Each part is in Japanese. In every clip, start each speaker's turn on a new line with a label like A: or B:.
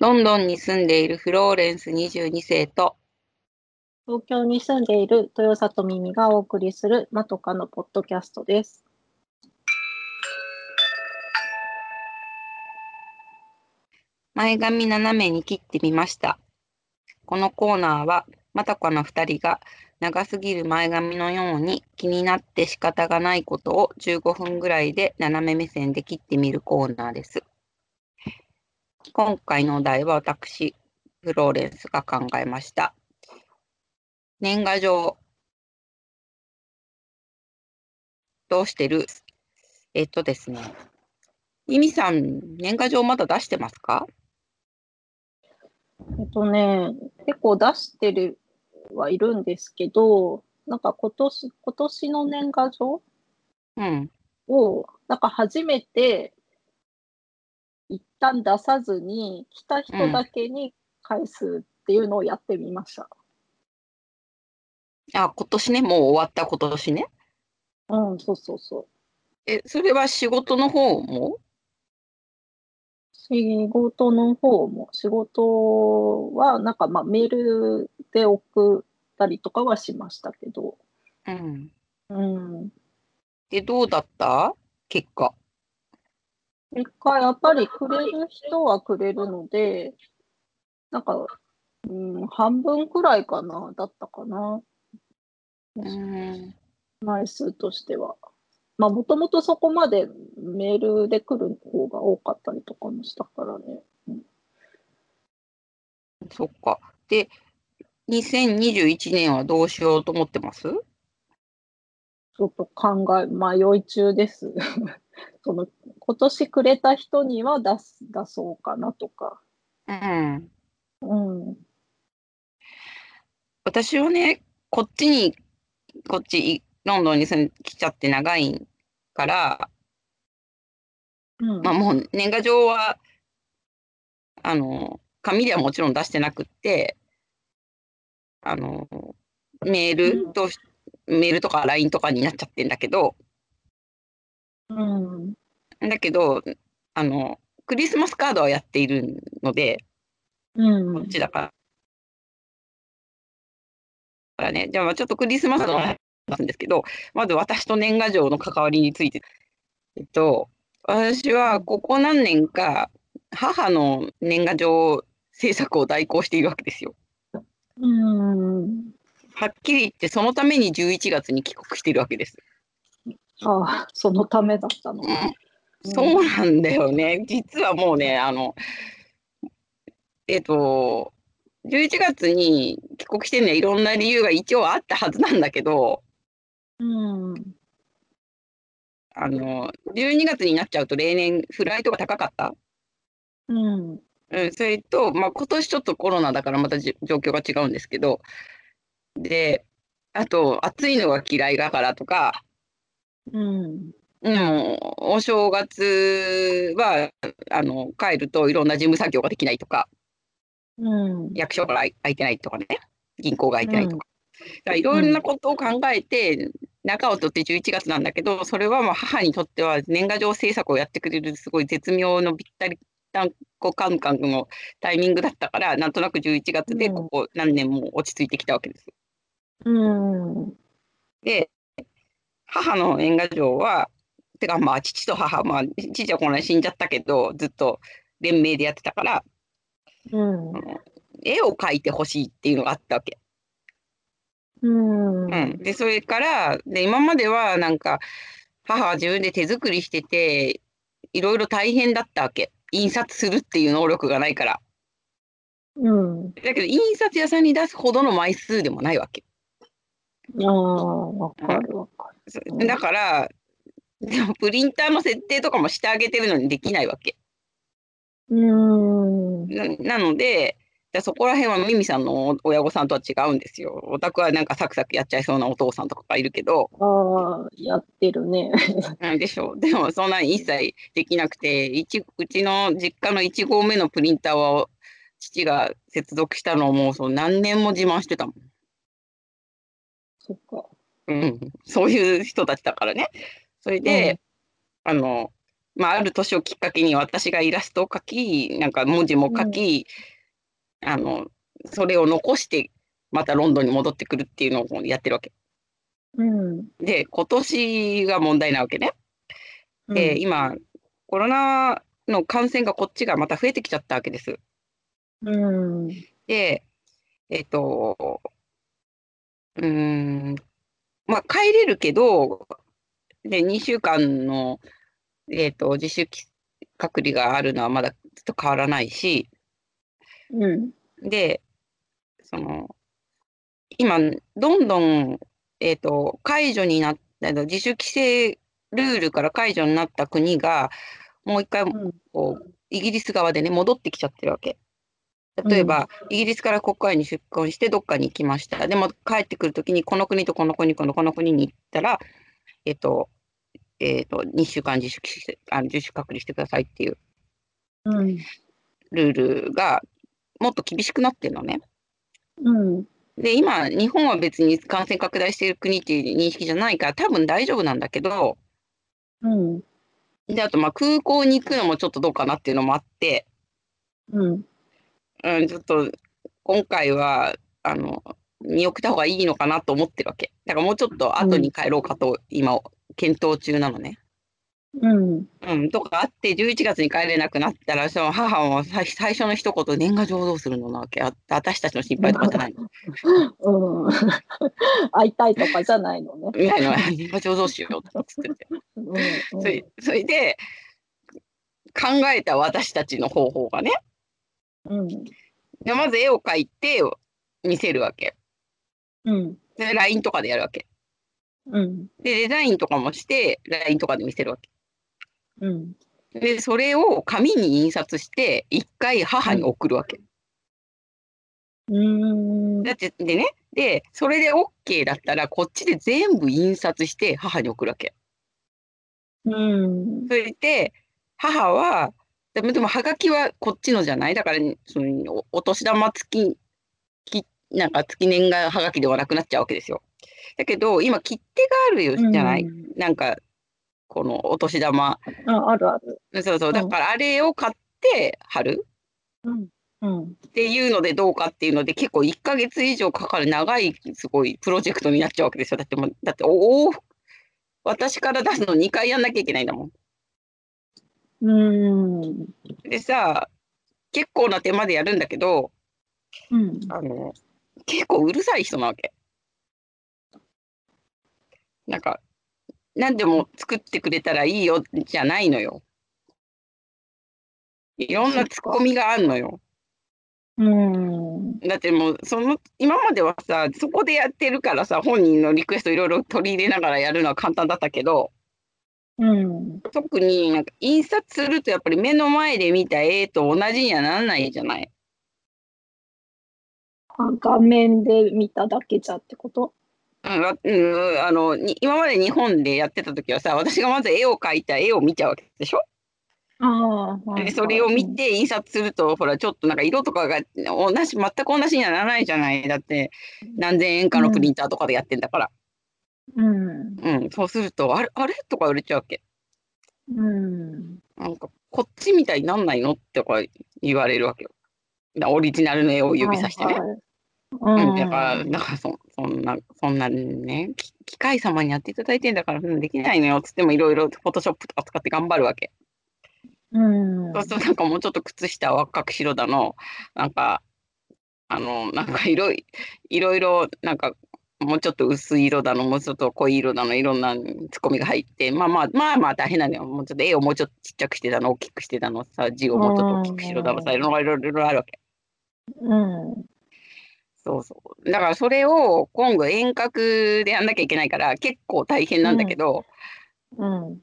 A: ロンドンに住んでいるフローレンス22世と
B: 東京に住んでいる豊里耳がお送りするまとかのポッドキャストです。
A: 前髪斜めに切ってみました。このコーナーはまたかの2人が長すぎる前髪のように気になって仕方がないことを15分ぐらいで斜め目線で切ってみるコーナーです。今回のお題は私、フローレンスが考えました。年賀状。どうしてるえっとですね。イミさん、年賀状まだ出してますか
B: えっとね、結構出してるはいるんですけど、なんか今年、今年の年賀状
A: うん。
B: を、なんか初めて一旦出さずに、来た人だけに返すっていうのをやってみました。
A: あ、今年ね、もう終わった今年ね。
B: うん、そうそうそう。
A: え、それは仕事の方も
B: 仕事の方も、仕事は、なんかまあメールで送ったりとかはしましたけど、
A: うん。
B: うん。
A: で、どうだった結果。
B: 一回やっぱりくれる人はくれるので、なんか、うん、半分くらいかな、だったかな、
A: うん。
B: 枚数としては。まあ、もともとそこまでメールで来る方が多かったりとかもしたからね。
A: そっか。で、2021年はどうしようと思ってます
B: ちょっと考え、迷い中です。 その、今年くれた人には出す、出そうかなとか。
A: うん。
B: うん。
A: 私はね、こっちに、こっち、ロンドンに住ん来ちゃって長いから、
B: うん
A: まあもう年賀状は、あの、紙ではもちろん出してなくって、あの、メールと、メールとか LINE とかになっちゃってんだけど、
B: うん。
A: だけど、あの、クリスマスカードはやっているので、
B: う
A: こっ
B: ん。
A: ちだから。からね、じゃあまあちょっとクリスマスの話なんですけど、まず私と年賀状の関わりについて。えっと、私はここ何年か母の年賀状制作を代行しているわけですよ。
B: うん。
A: はっきり言ってそのために11月に帰国しているわけです。
B: ああ、そのためだったのか。
A: そうなんだよね。実はもうね、あの、えっと、11月に帰国してね、いろんな理由が一応あったはずなんだけど、
B: うん。
A: あの、12月になっちゃうと例年フライトが高かった。
B: うん。
A: うん、それと、まあ、今年ちょっとコロナだからまたじ状況が違うんですけど、で、あと、暑いのが嫌いだからとか、
B: うん。
A: うん、お正月はあの帰るといろんな事務作業ができないとか
B: うん。
A: 役所が空い空いてないとかね銀行が空いてないとか,、だからいろんなことを考えて中を取って11月なんだけどそれはまあ母にとっては年賀状制作をやってくれるすごい絶妙のぴったりたんこカンカンのタイミングだったからなんとなく11月で
B: うん
A: ここ何年も落ち着いてきたわけです。
B: うん。
A: で母の年賀状はてかまあ父と母まあ父はこの間死んじゃったけどずっと連名でやってたから
B: うん。
A: 絵を描いてほしいっていうのがあったわけ。
B: うん。
A: うん、でそれからで今まではなんか母は自分で手作りしてていろいろ大変だったわけ印刷するっていう能力がないから
B: うん。
A: だけど印刷屋さんに出すほどの枚数でもないわけ
B: ああ、わかるわか
A: そ
B: うん
A: だからでもプリンターの設定とかもしてあげてるのにできないわけ
B: る。うん。
A: ななのでじゃあそこら辺はミミさんの親御さんとは違うんですよお宅はなんかサクサクやっちゃいそうなお父さんとかがいるけど
B: ああ、やってるね。
A: なんでしょう。 でもそんなに一切できなくて、一うちの実家の1合目のプリンターは父が接続したのをもうそう何年も自慢してたもん。
B: そっか。
A: うん、そういう人たちだからね。それで、あのまあ、ある年をきっかけに私がイラストを描きなんか文字も書き、あのそれを残してまたロンドンに戻ってくるっていうのをやってるわけ
B: うん。
A: で今年が問題なわけね
B: うん
A: で、今コロナの感染がこっちがまた増えてきちゃったわけです
B: うん。
A: でえっ、とうーんまあ帰れるけどで2週間の、えっと自主き隔離があるのはまだちょっと変わらないし
B: うん。
A: でその今どんどん、えっと解除になったあの自主規制ルールから解除になった国がもう一回
B: うん
A: こうイギリス側でね戻ってきちゃってるわけ。例えば、イギリスから国外に出婚してどっかに行きました。でも帰ってくるときにこの国とこの国このこの国に行ったら、えっ、と、えっ、と、2週間自主規制あの自主隔離してくださいっていう
B: うん。
A: ルールがもっと厳しくなってるのね。
B: うん。
A: で、今、日本は別に感染拡大している国っていう認識じゃないから多分大丈夫なんだけど、
B: うん。
A: で、あとまあ空港に行くのもちょっとどうかなっていうのもあって、
B: うん。
A: うん、ちょっと今回はあの見送った方がいいのかなと思ってるわけだからもうちょっと後に帰ろうかと今検討中なのね。
B: うん。
A: うん、とかあって11月に帰れなくなったらその母も最最初の一言年賀状どうするのなわけあ私たちの心配とかじゃないの。
B: うん。会いたいとかじゃないのね。
A: みたいな年賀状どうしようとか作って
B: うん
A: それそれで考えた私たちの方法がね
B: うん。
A: でまず絵を描いて見せるわけ
B: うん。
A: で LINE とかでやるわけ。
B: うん。
A: で、デザインとかもして、LINE とかで見せるわ
B: うん。
A: け。で、それを紙に印刷して、一回母に送るわけ。
B: うん。
A: だって、でね、で、それで OK だったら、こっちで全部印刷して、母に送るわけ。
B: うん。
A: それで、母は、でも、でもはがきはこっちのじゃないだから、その、おお年玉付き、きなんか月年がはがきではなくなっちゃうわけですよ。だけど、今、切手があるよじゃない、
B: うん
A: なんか、このお年玉。
B: あ、あるある。
A: そうそうう、
B: ん
A: だからあれを買って貼る
B: うん。うん。
A: っていうのでどうかっていうので結構1ヶ月以上かかる長いすごいプロジェクトになっちゃうわけですよだってもうだっておお私から出すの2回やんなきゃいけないんだもん。
B: うん。
A: でさ結構な手間でやるんだけど
B: うん。
A: あの結構うるさい人なわけ。なんか何でも作ってくれたらいいよじゃないのよ。いろんなツッコミがあんのよ。
B: うん。
A: だってもうその今まではさそこでやってるからさ本人のリクエストいろいろ取り入れながらやるのは簡単だったけど
B: うん。
A: 特になんか印刷するとやっぱり目の前で見た絵と同じにはならないじゃない。
B: 画面で見ただけじゃってこと
A: うんわうん、あのに今まで日本でやってた時はさ私がまず絵を描いた絵を見ちゃうわけでしょ
B: ああ、
A: でそれを見。て印刷するとほらちょっとなんか色とかが同じ全く同じにはならないじゃないだって何千円かのプリンターとかでやってんだから、
B: うん。
A: うんそうするとあれあれとか売れちゃうわけ。
B: うん。
A: なんかこっちみたいになんないのってこう言われるわけよ。だからオリジナルの絵を指さしてね。
B: はいはい。
A: うん、だか
B: う
A: ら、
B: ん
A: だからそそんな、そんなね、き機械様にやっていただいてんだから、そんなできないのよっつっても、いろいろフォトショップとか使って頑張るわけ。
B: うん。
A: そうすると、なんかもうちょっと靴下は若く白だの、なんか、あの、なんかいろいいろいろ、なんか、もうちょっと薄い色だの、もうちょっと濃い色だの、いろんなツッコミが入って、まあまあ、まあまあ大変なのよ。もうちょっと絵をもうちょっとちっちゃくしてたの、大きくしてたの、さ、字をもうちょっと大きくしろだの、さ、いろいろいろいろあるわけ。
B: うん。
A: そうそう。だからそれを今後遠隔でやんなきゃいけないから、結構大変なんだけど、
B: うん。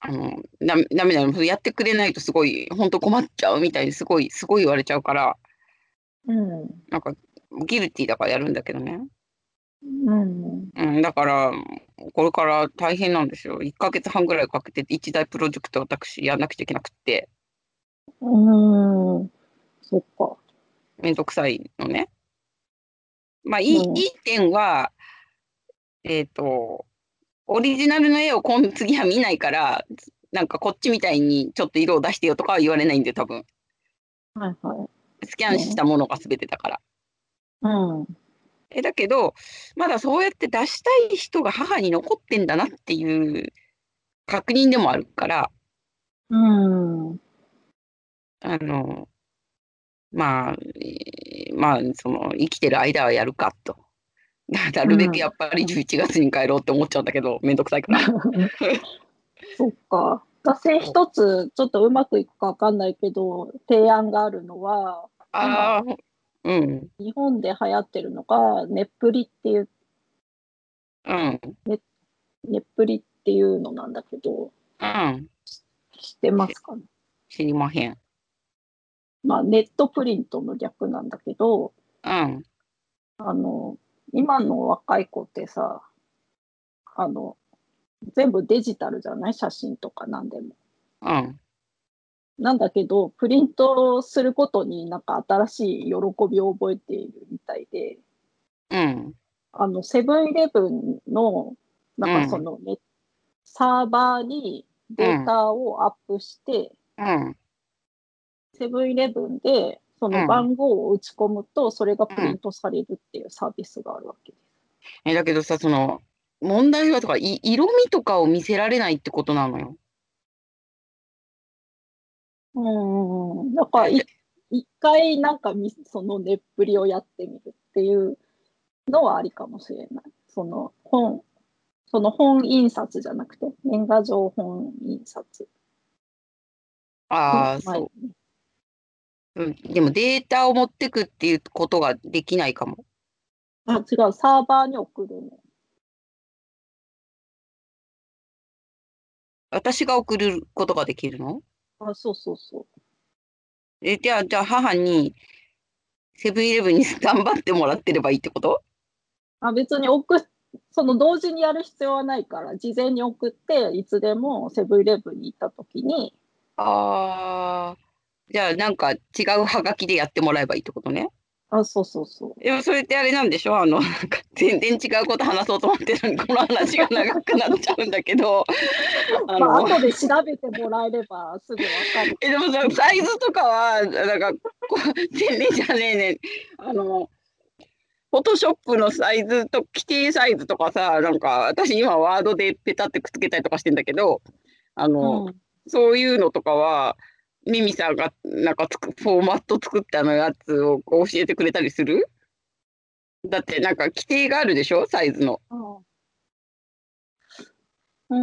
A: あの、ダメダメなの。やってくれないとすごい、本当困っちゃうみたいにすごい、すごい言われちゃうから、
B: うん。
A: なんか、ギルティだからやるんだけどね。
B: うん。
A: うん、だから、これから大変なんですよ。1ヶ月半ぐらいかけて、一大プロジェクトを私やんなくちゃいけなくって、
B: うん。そっか。
A: めんどくさいのね。まあ、いい、
B: うん
A: いい点は、えっ、と、オリジナルの絵を今次は見ないから、なんかこっちみたいにちょっと色を出してよとかは言われないんで多分
B: はいはい。
A: スキャンしたものが全てだから。
B: うん。
A: えだけどまだそうやって出したい人が母に残ってんだなっていう確認でもあるから
B: うん。
A: あのまあ、えーまあその生きてる間はやるかと。 ななるべ
B: うん
A: くやっぱり11月に帰ろうって思っちゃうんだけど、めんどくさ いから。
B: そっか。私一つ、ちょっとうまくいくかわかんないけど、提案があるのは、
A: ああ、うん、
B: 日本で流行ってるのが、ネップリっていう、
A: うん、
B: ネップリっていうのなんだけど、
A: うん、
B: 知ってますかね。
A: 知りまへん。
B: まあ、ネットプリントの略なんだけど、
A: うん、
B: あの、今の若い子ってさ、あの、全部デジタルじゃない写真とか何でも。
A: うん、
B: なんだけど、プリントすることになんか新しい喜びを覚えているみたいで、
A: うん、
B: あの、セブンイレブンの、なんかそのね、サーバーにデータをアップして、
A: うん、
B: セブンイレブンでその番号を打ち込むと、それがプリントされるっていうサービスがあるわけです。
A: え、だけどさ、その、問題はとか、い色味とかを見せられないってことなのよ。
B: うん。だからい、一回なんかみそのねっぷりをやってみるっていうのはありかもしれない。その本、その本印刷じゃなくて、年賀状本印刷。
A: ああ、
B: まあ
A: そう。うん、でもデータを持ってくっていうことができないかも。
B: あ、違う、サーバーに送るの。
A: 私が送ることができるの
B: あ、そうそうそ
A: え、じゃあ、じゃあ母に、セブンイレブンに頑張ってもらってればいいってこと
B: う。あ、別に送っその同時にやる必要はないから、事前に送って、いつでもセブンイレブンに行った時に、
A: ああ、じゃあなんか違うハガキでやってもらえばいいってことね。
B: あ、そうそうそう。
A: でもそれってあれなんでしょあの、なんか全然違うこと話そうと思ってるのに、この話が長くなっちゃうんだけど、あ
B: まあ、
A: の、
B: 後で調べてもらえればすぐわかる。
A: え、でもさ、サイズとかは、なんか、こう、全然じゃねえねん。あの、フォトショップのサイズと規定サイズとかさ、なんか、私今ワードでペタってくっつけたりとかしてんだけど、あの、
B: うん
A: そういうのとかは、ミミさんがなんかつくフォーマット作ったのやつをこう教えてくれたりするだってなんか規定があるでしょサイズの。
B: う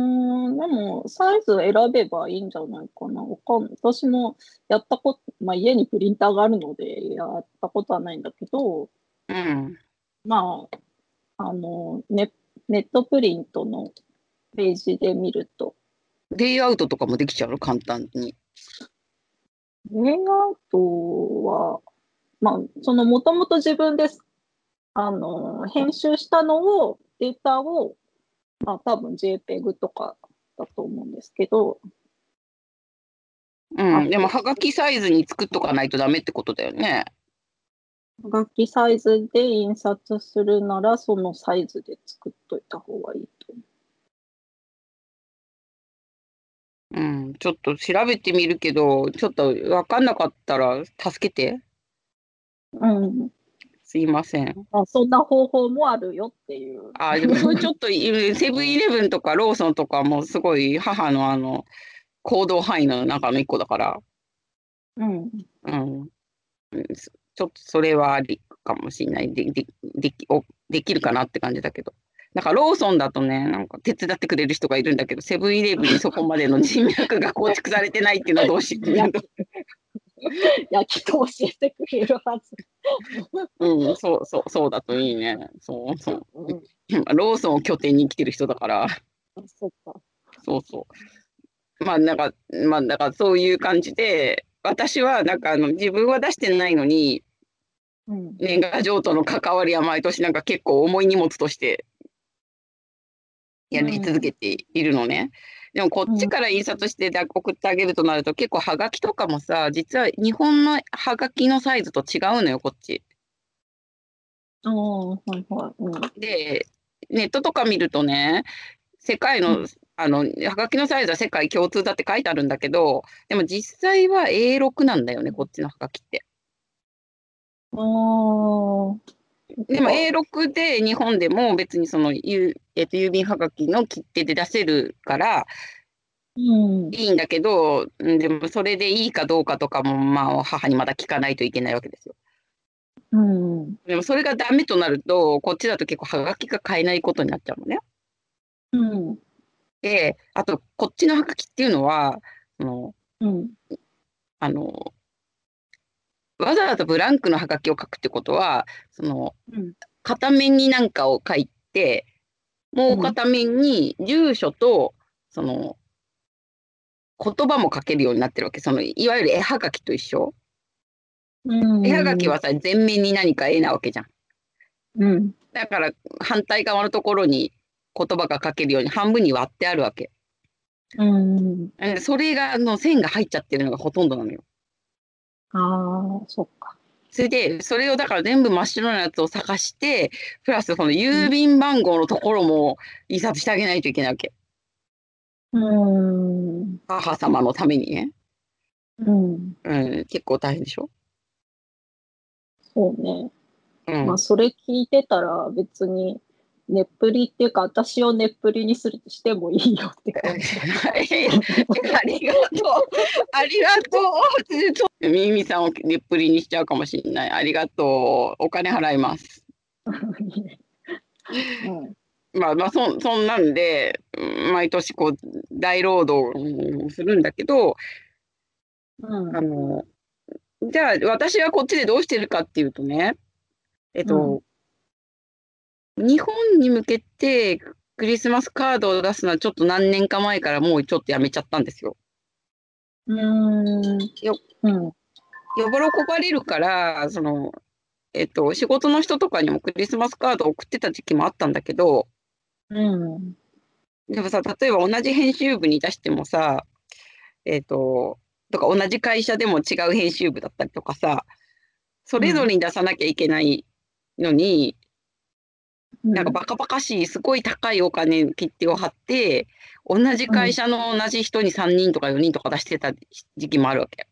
B: ん、でも、サイズ選べばいいんじゃないかな。わかんない。私もやったこと、まあ、家にプリンターがあるので、やったことはないんだけど、
A: うん。
B: まあ、あの、ネネットプリントのページで見ると、
A: レイアウトとかもできちゃうの簡単に。
B: レイアウトは、まあ、その、もともと自分です。あの、編集したのを、データを、まあ、多分 JPEG とかだと思うんですけど、
A: う
B: あ
A: ん。でもはがきサイズに作っとかないとダメってことだよね。
B: 楽器サイズで印刷するならそのサイズで作っといた方がいいと思
A: うん。ちょっと調べてみるけど、ちょっとわかんなかったら助けて。
B: う。うん。
A: すいません。
B: まあ、そんな方法もあるよっていう。
A: あー、でも それちょっと、うんセブンイレブンとかローソンとかもすごい母のあの、行動範囲の中の一個だから。
B: うん。
A: うん、うんそちょっとそれはありかもしれないででできおできるかなって感じだけどなんかローソンだとねなんか手伝ってくれる人がいるんだけどセブンイレブンにそこまでの人脈が構築されてない っていうのはどうしよう、
B: 焼きと教えてくれるはず。
A: うん、そうそうそうだといいねそうそう
B: うん。
A: ローソンを拠点に生きてる人だから
B: そっか。
A: そうそうまあなんかまあなんかそういう感じで私はなんかあの自分は出してないのに
B: うん。
A: 年賀状との関わりは毎年なんか結構重い荷物としてやり続けているのね、でもこっちから印刷してだ送ってあげるとなると結構はがきとかもさ実は日本のはがきのサイズと違うのよこっち
B: ああ、はいはい。うん。
A: でネットとか見るとね世界のあの、はがきのサイズは世界共通だって書いてあるんだけど、でも実際は A6 なんだよね、こっちのはがきって。
B: うん。
A: でも A6 で日本でも別にその、ゆえっと、郵便はがきの切手で出せるから
B: うん。
A: いいんだけど、うんでもそれでいいかどうかとかも、まあ、母にまだ聞かないといけないわけですよ。
B: うん。
A: でもそれがダメとなると、こっちだと結構はがきが買えないことになっちゃうのね。
B: うん。
A: で、あと、こっちのはがきっていうのは、その
B: うん。
A: あの、わざわざブランクのハガキを書くってことは、その、
B: うん
A: 片面に何かを書いて、もう片面に住所と、その、言葉も書けるようになってるわけ。その、いわゆる絵はがきと一緒。
B: うん。
A: 絵はがきはさ、全面に何か絵なわけじゃん。
B: うん。
A: だから、反対側のところに言葉が書けるように半分に割ってあるわけ。
B: うん。
A: うんそれが、あの、線が入っちゃってるのがほとんどなのよ。
B: ああ、そっか。
A: それで、それをだから全部真っ白なやつを探して、プラスその郵便番号のところも印刷してあげないといけないわけ。
B: うん。
A: 母様のためにね。
B: うん。
A: うん、結構大変でしょ
B: そうね。
A: うん。
B: まあ、それ聞いてたら別に、ねっぷりっていうか、私をねっぷりにするしてもいいよって 感じ。
A: ありがとう。ありがとうちょっと。ミミさんをねっぷりにしちゃうかもしれない。ありがとう。お金払います。
B: うん
A: まあまあそそんなんで、うん毎年こう大労働うんするんだけど、
B: うん
A: あの、じゃあ私はこっちでどうしてるかっていうとね、えっと、日本に向けてクリスマスカードを出すのはちょっと何年か前からもうちょっとやめちゃったんですよ。
B: うん。
A: よ
B: うん。
A: よぼろこばれるから、その、えっと、仕事の人とかにもクリスマスカードを送ってた時期もあったんだけど、
B: うん。
A: でもさ、例えば同じ編集部に出してもさ、えっと、とか同じ会社でも違う編集部だったりとかさ、それぞれに出さなきゃいけないのに、なんかバカバカしい、すごい高いお金の切手を貼って、同じ会社の同じ人に3人とか4人とか出してた時期もあるわけ。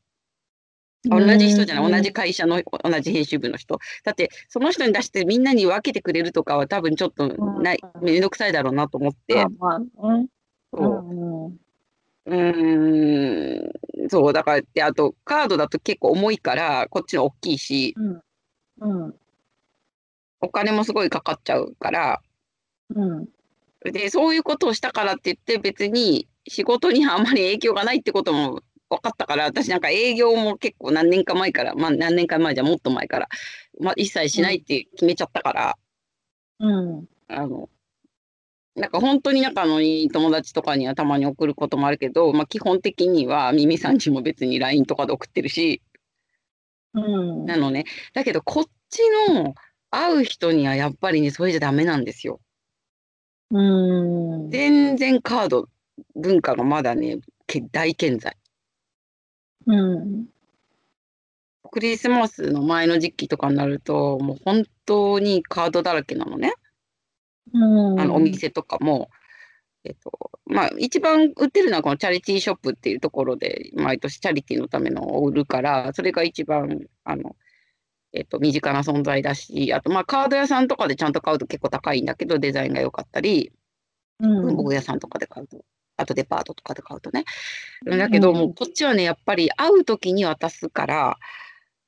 A: 同じ人じゃない、同じ会社の同じ編集部の人。だって、その人に出してみんなに分けてくれるとかは多分ちょっとない、
B: うん
A: めんどくさいだろうなと思って。
B: まあまあね。
A: そう
B: うん。
A: うーん、そう、だから、で、あと、カードだと結構重いから、こっちの大きいし、
B: うん。うん。
A: お金もすごいかかっちゃうから、
B: うん。
A: で、そういうことをしたからって言って、別に仕事にあんまり影響がないってことも分かったから、私なんか営業も結構何年か前から、まあ何年か前じゃもっと前から、まあ一切しないって決めちゃったから、
B: うん。
A: あの、なんか本当に仲のいい友達とかにはたまに送ることもあるけど、まあ基本的にはミミさんにも別に LINE とかで送ってるし、
B: うん。
A: なのね。だけど、こっちの会う人にはやっぱりね、それじゃダメなんですよ。
B: うん。
A: 全然カード文化がまだね、け大健在。
B: うん。
A: クリスマスの前の時期とかになると、もう本当にカードだらけなのね。
B: うん。
A: あのお。店とかも。えっと、まあ、一番売ってるのはこのチャリティーショップっていうところで、毎年チャリティーのためのを売るから、それが一番、あの、えっと、身近な存在だし、あと、まあ、カード屋さんとかでちゃんと買うと結構高いんだけど、デザインが良かったり、
B: うん。
A: 文房具屋さんとかで買うと、あとデパートとかで買うとね。だけど、もうこっちはね、やっぱり会う時に渡すから、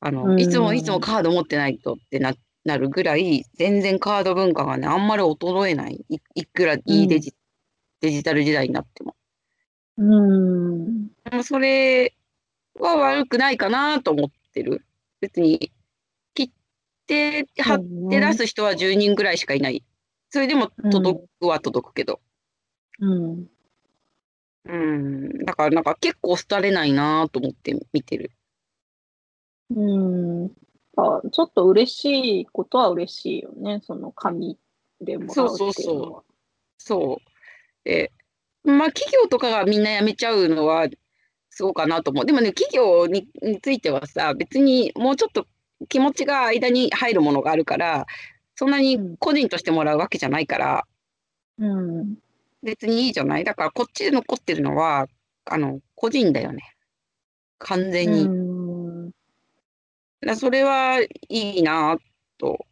A: あ
B: う
A: の、
B: ん
A: いつもいつもカード持ってないとってななるぐらい、全然カード文化がね、あんまり衰えない。いいくらいいデジ,、デジタル時代になっても。
B: うん。
A: でもそれは悪くないかなと思ってる。別に、切って貼っ
B: 出
A: て出す人は10人ぐらいしかいない。それでも届くは届くけど。
B: うん。
A: うん、だからなんか結構廃れないなと思って見てる。
B: うん。あ、ちょっと嬉しいことは嬉しいよね。その紙でもらうっていうのは。
A: そう。で、まあ企業とかがみんな辞めちゃうのはそうかなと思う。でもね、企業にについてはさ、別にもうちょっと気持ちが間に入るものがあるから、そんなに個人としてもらうわけじゃないから、
B: うん。
A: 別にいいじゃないだからこっちで残ってるのはあの個人だよね完全に、だか
B: うん
A: らそれはいいなと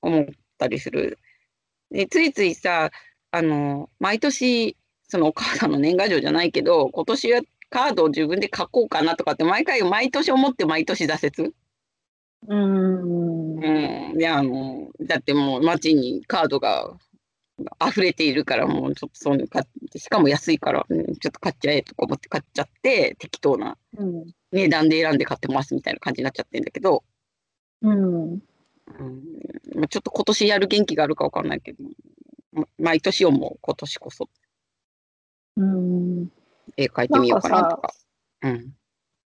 A: 思ったりするでついついさあの毎年そのお母さんの年賀状じゃないけど今年はカードを自分で書こうかなとかって毎回毎年思って毎年挫折
B: うん
A: うん、いやあのだってもう街にカードが溢れているからもうちょっとそういうの買ってしかも安いから、うんちょっと買っちゃえとか思って買っちゃって適当な
B: うん
A: 値段で選んで買ってますみたいな感じになっちゃってんだけど、
B: うん
A: うんまあ、ちょっと今年やる元気があるかわかんないけどま毎年思う今年こそ
B: うん
A: 絵描いてみようかなと
B: なんか
A: か。うん、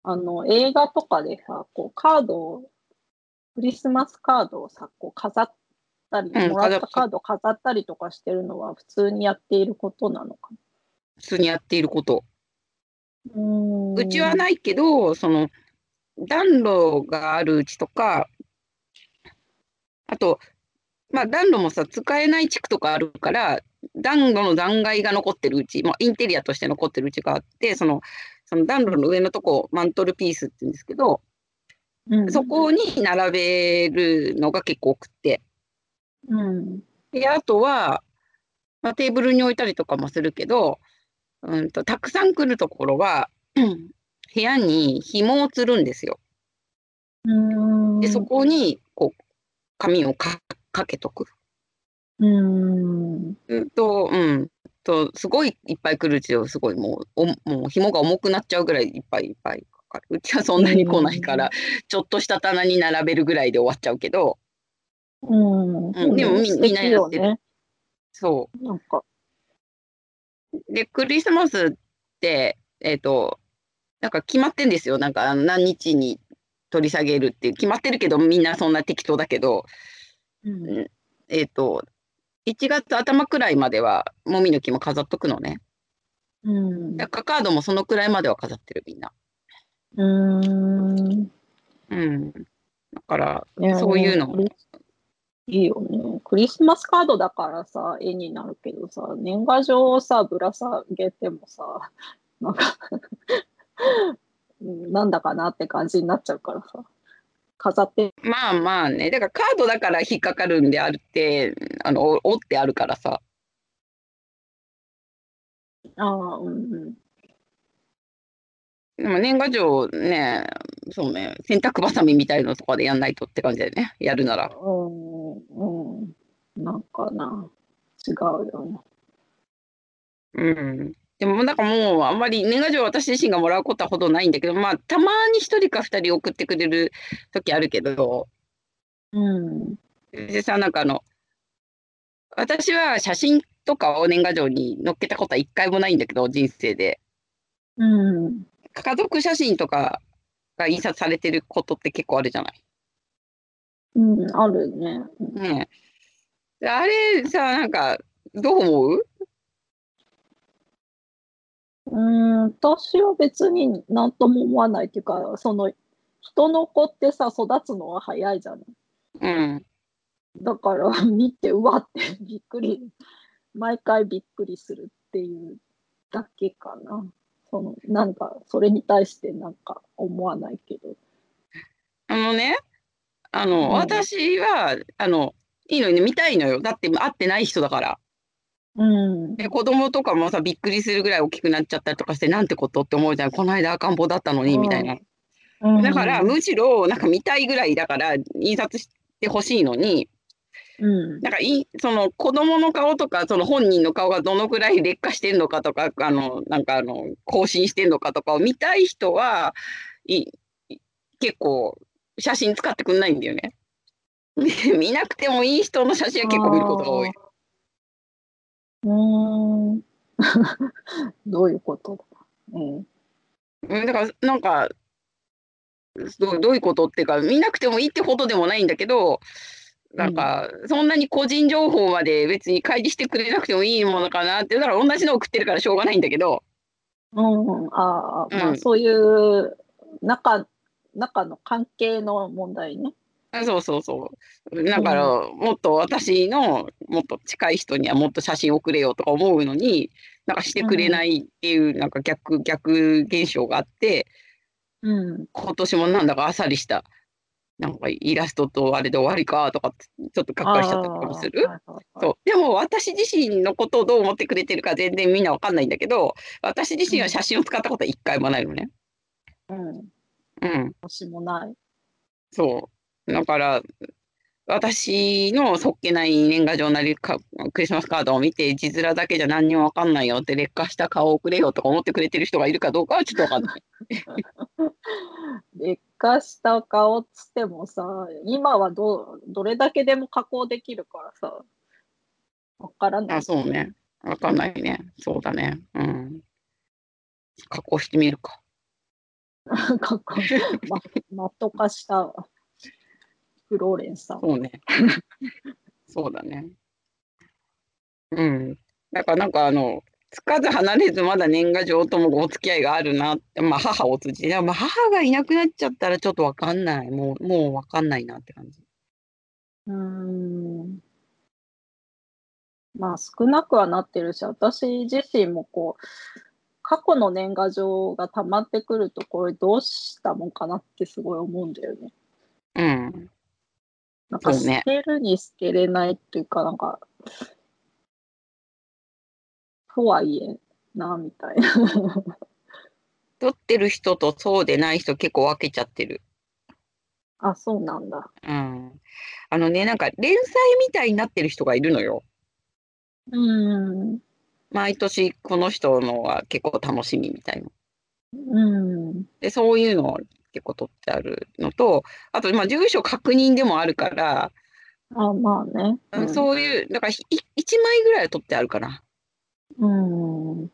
B: あの映画とかでさこうカードをクリスマスカードをさこう飾ったり、
A: うん
B: もらっ
A: 飾
B: た
A: っ
B: カードを飾ったりとかしてるのは普通にやっていることなのか
A: 普通にやっていること
B: なうん
A: うちはないけど、その暖炉があるうちとか、あと、まあ、暖炉もさ、使えない地区とかあるから、暖炉の残骸が残ってるうち、まあ、インテリアとして残ってるうちがあって、そのその暖炉の上のとこ、マントルピースって言うんですけど、
B: うん
A: そこに並べるのが結構多くて、
B: うん
A: であとは、まあ、テーブルに置いたりとかもするけど、うん、とたくさん来るところは、 うん部屋に紐をつるんですよ。
B: うん
A: でそこにこう紙をかかけとく。
B: うん
A: うんとうんとすごいいっぱい来るうちはすごいもうおもう紐が重くなっちゃうぐらいいっぱいいっぱいかかる。うちはそんなに来ないから、ちょっとした棚に並べるぐらいで終わっちゃうけど、
B: うん、
A: うんでもみ
B: 素
A: みんな
B: 敵よ
A: や
B: ね。
A: そ
B: なんか、
A: う。でクリスマスってえっ、となんか決まってんですよ。なんかあの何日に取り下げるっていう決まってるけどみんなそんな適当だけど、
B: うん
A: えっ、と1月頭くらいまではもみの木も飾っとくのね。
B: うん
A: だからカードもそのくらいまでは飾ってるみんな。
B: うん、
A: うん。だから、そういうの
B: クリス。いいよね。クリスマスカードだからさ、絵になるけどさ、年賀状をさ、ぶら下げてもさ、 なんかうん、なんだかなって感じになっちゃうからさ、飾って、
A: まあまあね、だからカードだから引っかかるんであるって、あの、お折ってあるからさ。
B: ああ、うんうん。
A: でも年賀状ね、そうね、洗濯ばさみみたいのとかでやんないとって感じだよね、やるなら。
B: うん、うん。なんかな、違うよね。
A: うん。でもなんかもうあんまり年賀状私自身がもらうことはほどないんだけど、まあたまに一人か二人送ってくれる時あるけど、
B: うん。
A: でさなんかあの私は写真とかを年賀状に載っけたことは一回もないんだけど人生で
B: うん。
A: 家族写真とかが印刷されてることって結構あるじゃない。
B: うん、あるね。
A: ねえであれさなんかどう思う
B: うん、私は別に何とも思わないっていうか、その、人の子ってさ、育つのは早いじゃない。
A: うん
B: だから、 見て、うわって、びっくり、毎回びっくりするっていうだけかな。その、なんか、それに対してなんか思わないけど。
A: あのねあの、
B: うん
A: 私はあのいいのに見たいのよだって会ってない人だから
B: うん。
A: で子供とかもさびっくりするぐらい大きくなっちゃったりとかしてなんてことって思うじゃんこの間赤ん坊だったのにみたいな。
B: うん
A: だから、むしろなんか見たいぐらいだから印刷してほしいのに
B: うん。
A: なんかいその子供の顔とかその本人の顔がどのぐらい劣化してんのかとかあのなんかあの更新してんのかとかを見たい人はいい結構写真使ってくんないんだよね。 で見なくてもいい人の写真は結構見ることが多い。
B: うん。 どういうことだうん。
A: うんだからなんかどどういうことっていうか見なくてもいいってことでもないんだけどなんかそんなに個人情報まで別に開示してくれなくてもいいものかなってだから同じの送ってるからしょうがないんだけど
B: うん、ああ、ま
A: う
B: あ
A: ん
B: そういう中、中の関係の問題ね。
A: そうそうそう。だから、もっと私のもっと近い人にはもっと写真をくれよとか思うのに、なんかしてくれないっていう、なんか逆、逆現象があって、
B: うん。
A: 今年もなんだかあっさりした、なんかイラストとあれで終わりかとかって、ちょっとがっかりしちゃったりもする
B: あ。ー。はいはいはい
A: そうでも私自身のことをどう思ってくれてるか全然みんなわかんないんだけど私自身は写真を使ったことは一回もないのね。
B: うん。
A: うん、
B: 私もない。
A: そうだから私のそっけない年賀状なりかクリスマスカードを見て字面だけじゃ何にもわかんないよって劣化した顔をくれよとか思ってくれてる人がいるかどうかはちょっとわかんない。
B: 劣化した顔っつってもさ、今はどうどれだけでも加工できるからさ、わからない。
A: あそうねわかんないねそうだねうん。加工してみるか。
B: 加工、ま、 マット化したフローレンさん。
A: そうね。 そうだね。うん。だからなんかあの、つかず離れずまだ年賀状ともお付き合いがあるなって、まあ母を通じて、でもまあ母がいなくなっちゃったらちょっとわかんない。もう、もうわかんないなって感じ。
B: うーんまあ少なくはなってるし私自身もこう過去の年賀状が溜まってくるとこれどうしたもんかなってすごい思うんだよね。
A: うん。
B: なんか
A: そう
B: 捨
A: ね
B: てるに捨てれないっていうかなんかとはいえなみたいな。
A: 取ってる人とそうでない人結構分けちゃってる。
B: あそうなんだ。
A: うん。あのね、なんか連載みたいになってる人がいるのよ。
B: うーん
A: 毎年この人のは結構楽しみみたいな。
B: うん
A: でそういうのを結構取ってあるのとあと、まあ、住所確認でもあるから、
B: あまあね。
A: うんそういうだから1枚ぐらいは取ってあるかな。
B: うんうん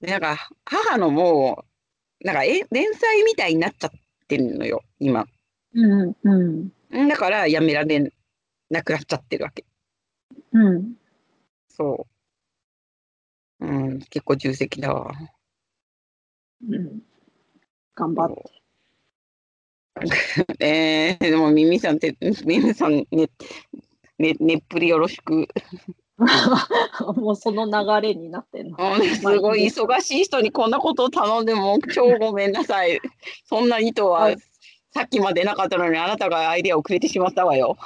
A: でなんか母のもうなんかえ連載みたいになっちゃってるのよ今。
B: うんうん
A: んだからやめられなくなっちゃってるわけ。
B: うん
A: そう。うん、結構重責だわ。
B: うん頑張って。
A: えー、でもミミさんってミミさんねねねっぷりよろしく。
B: もうその流れになってんの。
A: もうねすごい忙しい人にこんなことを頼んでも超ごめんなさい。 そんな意図
B: は
A: はいさっきまでなかったのにあなたがアイデアをくれてしまったわよ。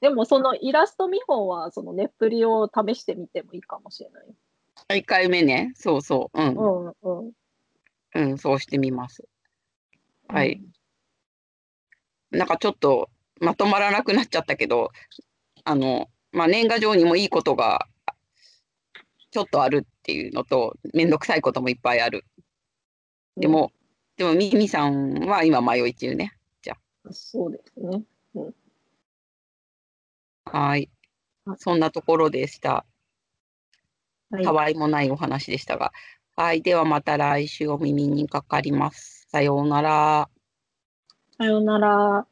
B: でもそのイラスト見本はそのネップリを試してみてもいいかもしれない。
A: 1回目ね。そうそう。うん。
B: うんうん。
A: うん、そうしてみます。はい。なんかちょっとまとまらなくなっちゃったけど、あの、まあ、年賀状にもいいことがちょっとあるっていうのと、めんどくさいこともいっぱいある。
B: うん。
A: でも、でもミミさんは今迷い中ね。
B: うん。そうですね。
A: はい
B: はい。
A: そんなところでした。
B: はい
A: たわいもないお話でしたが。はい。ではまた来週お耳にかかります。さようなら。
B: さようなら。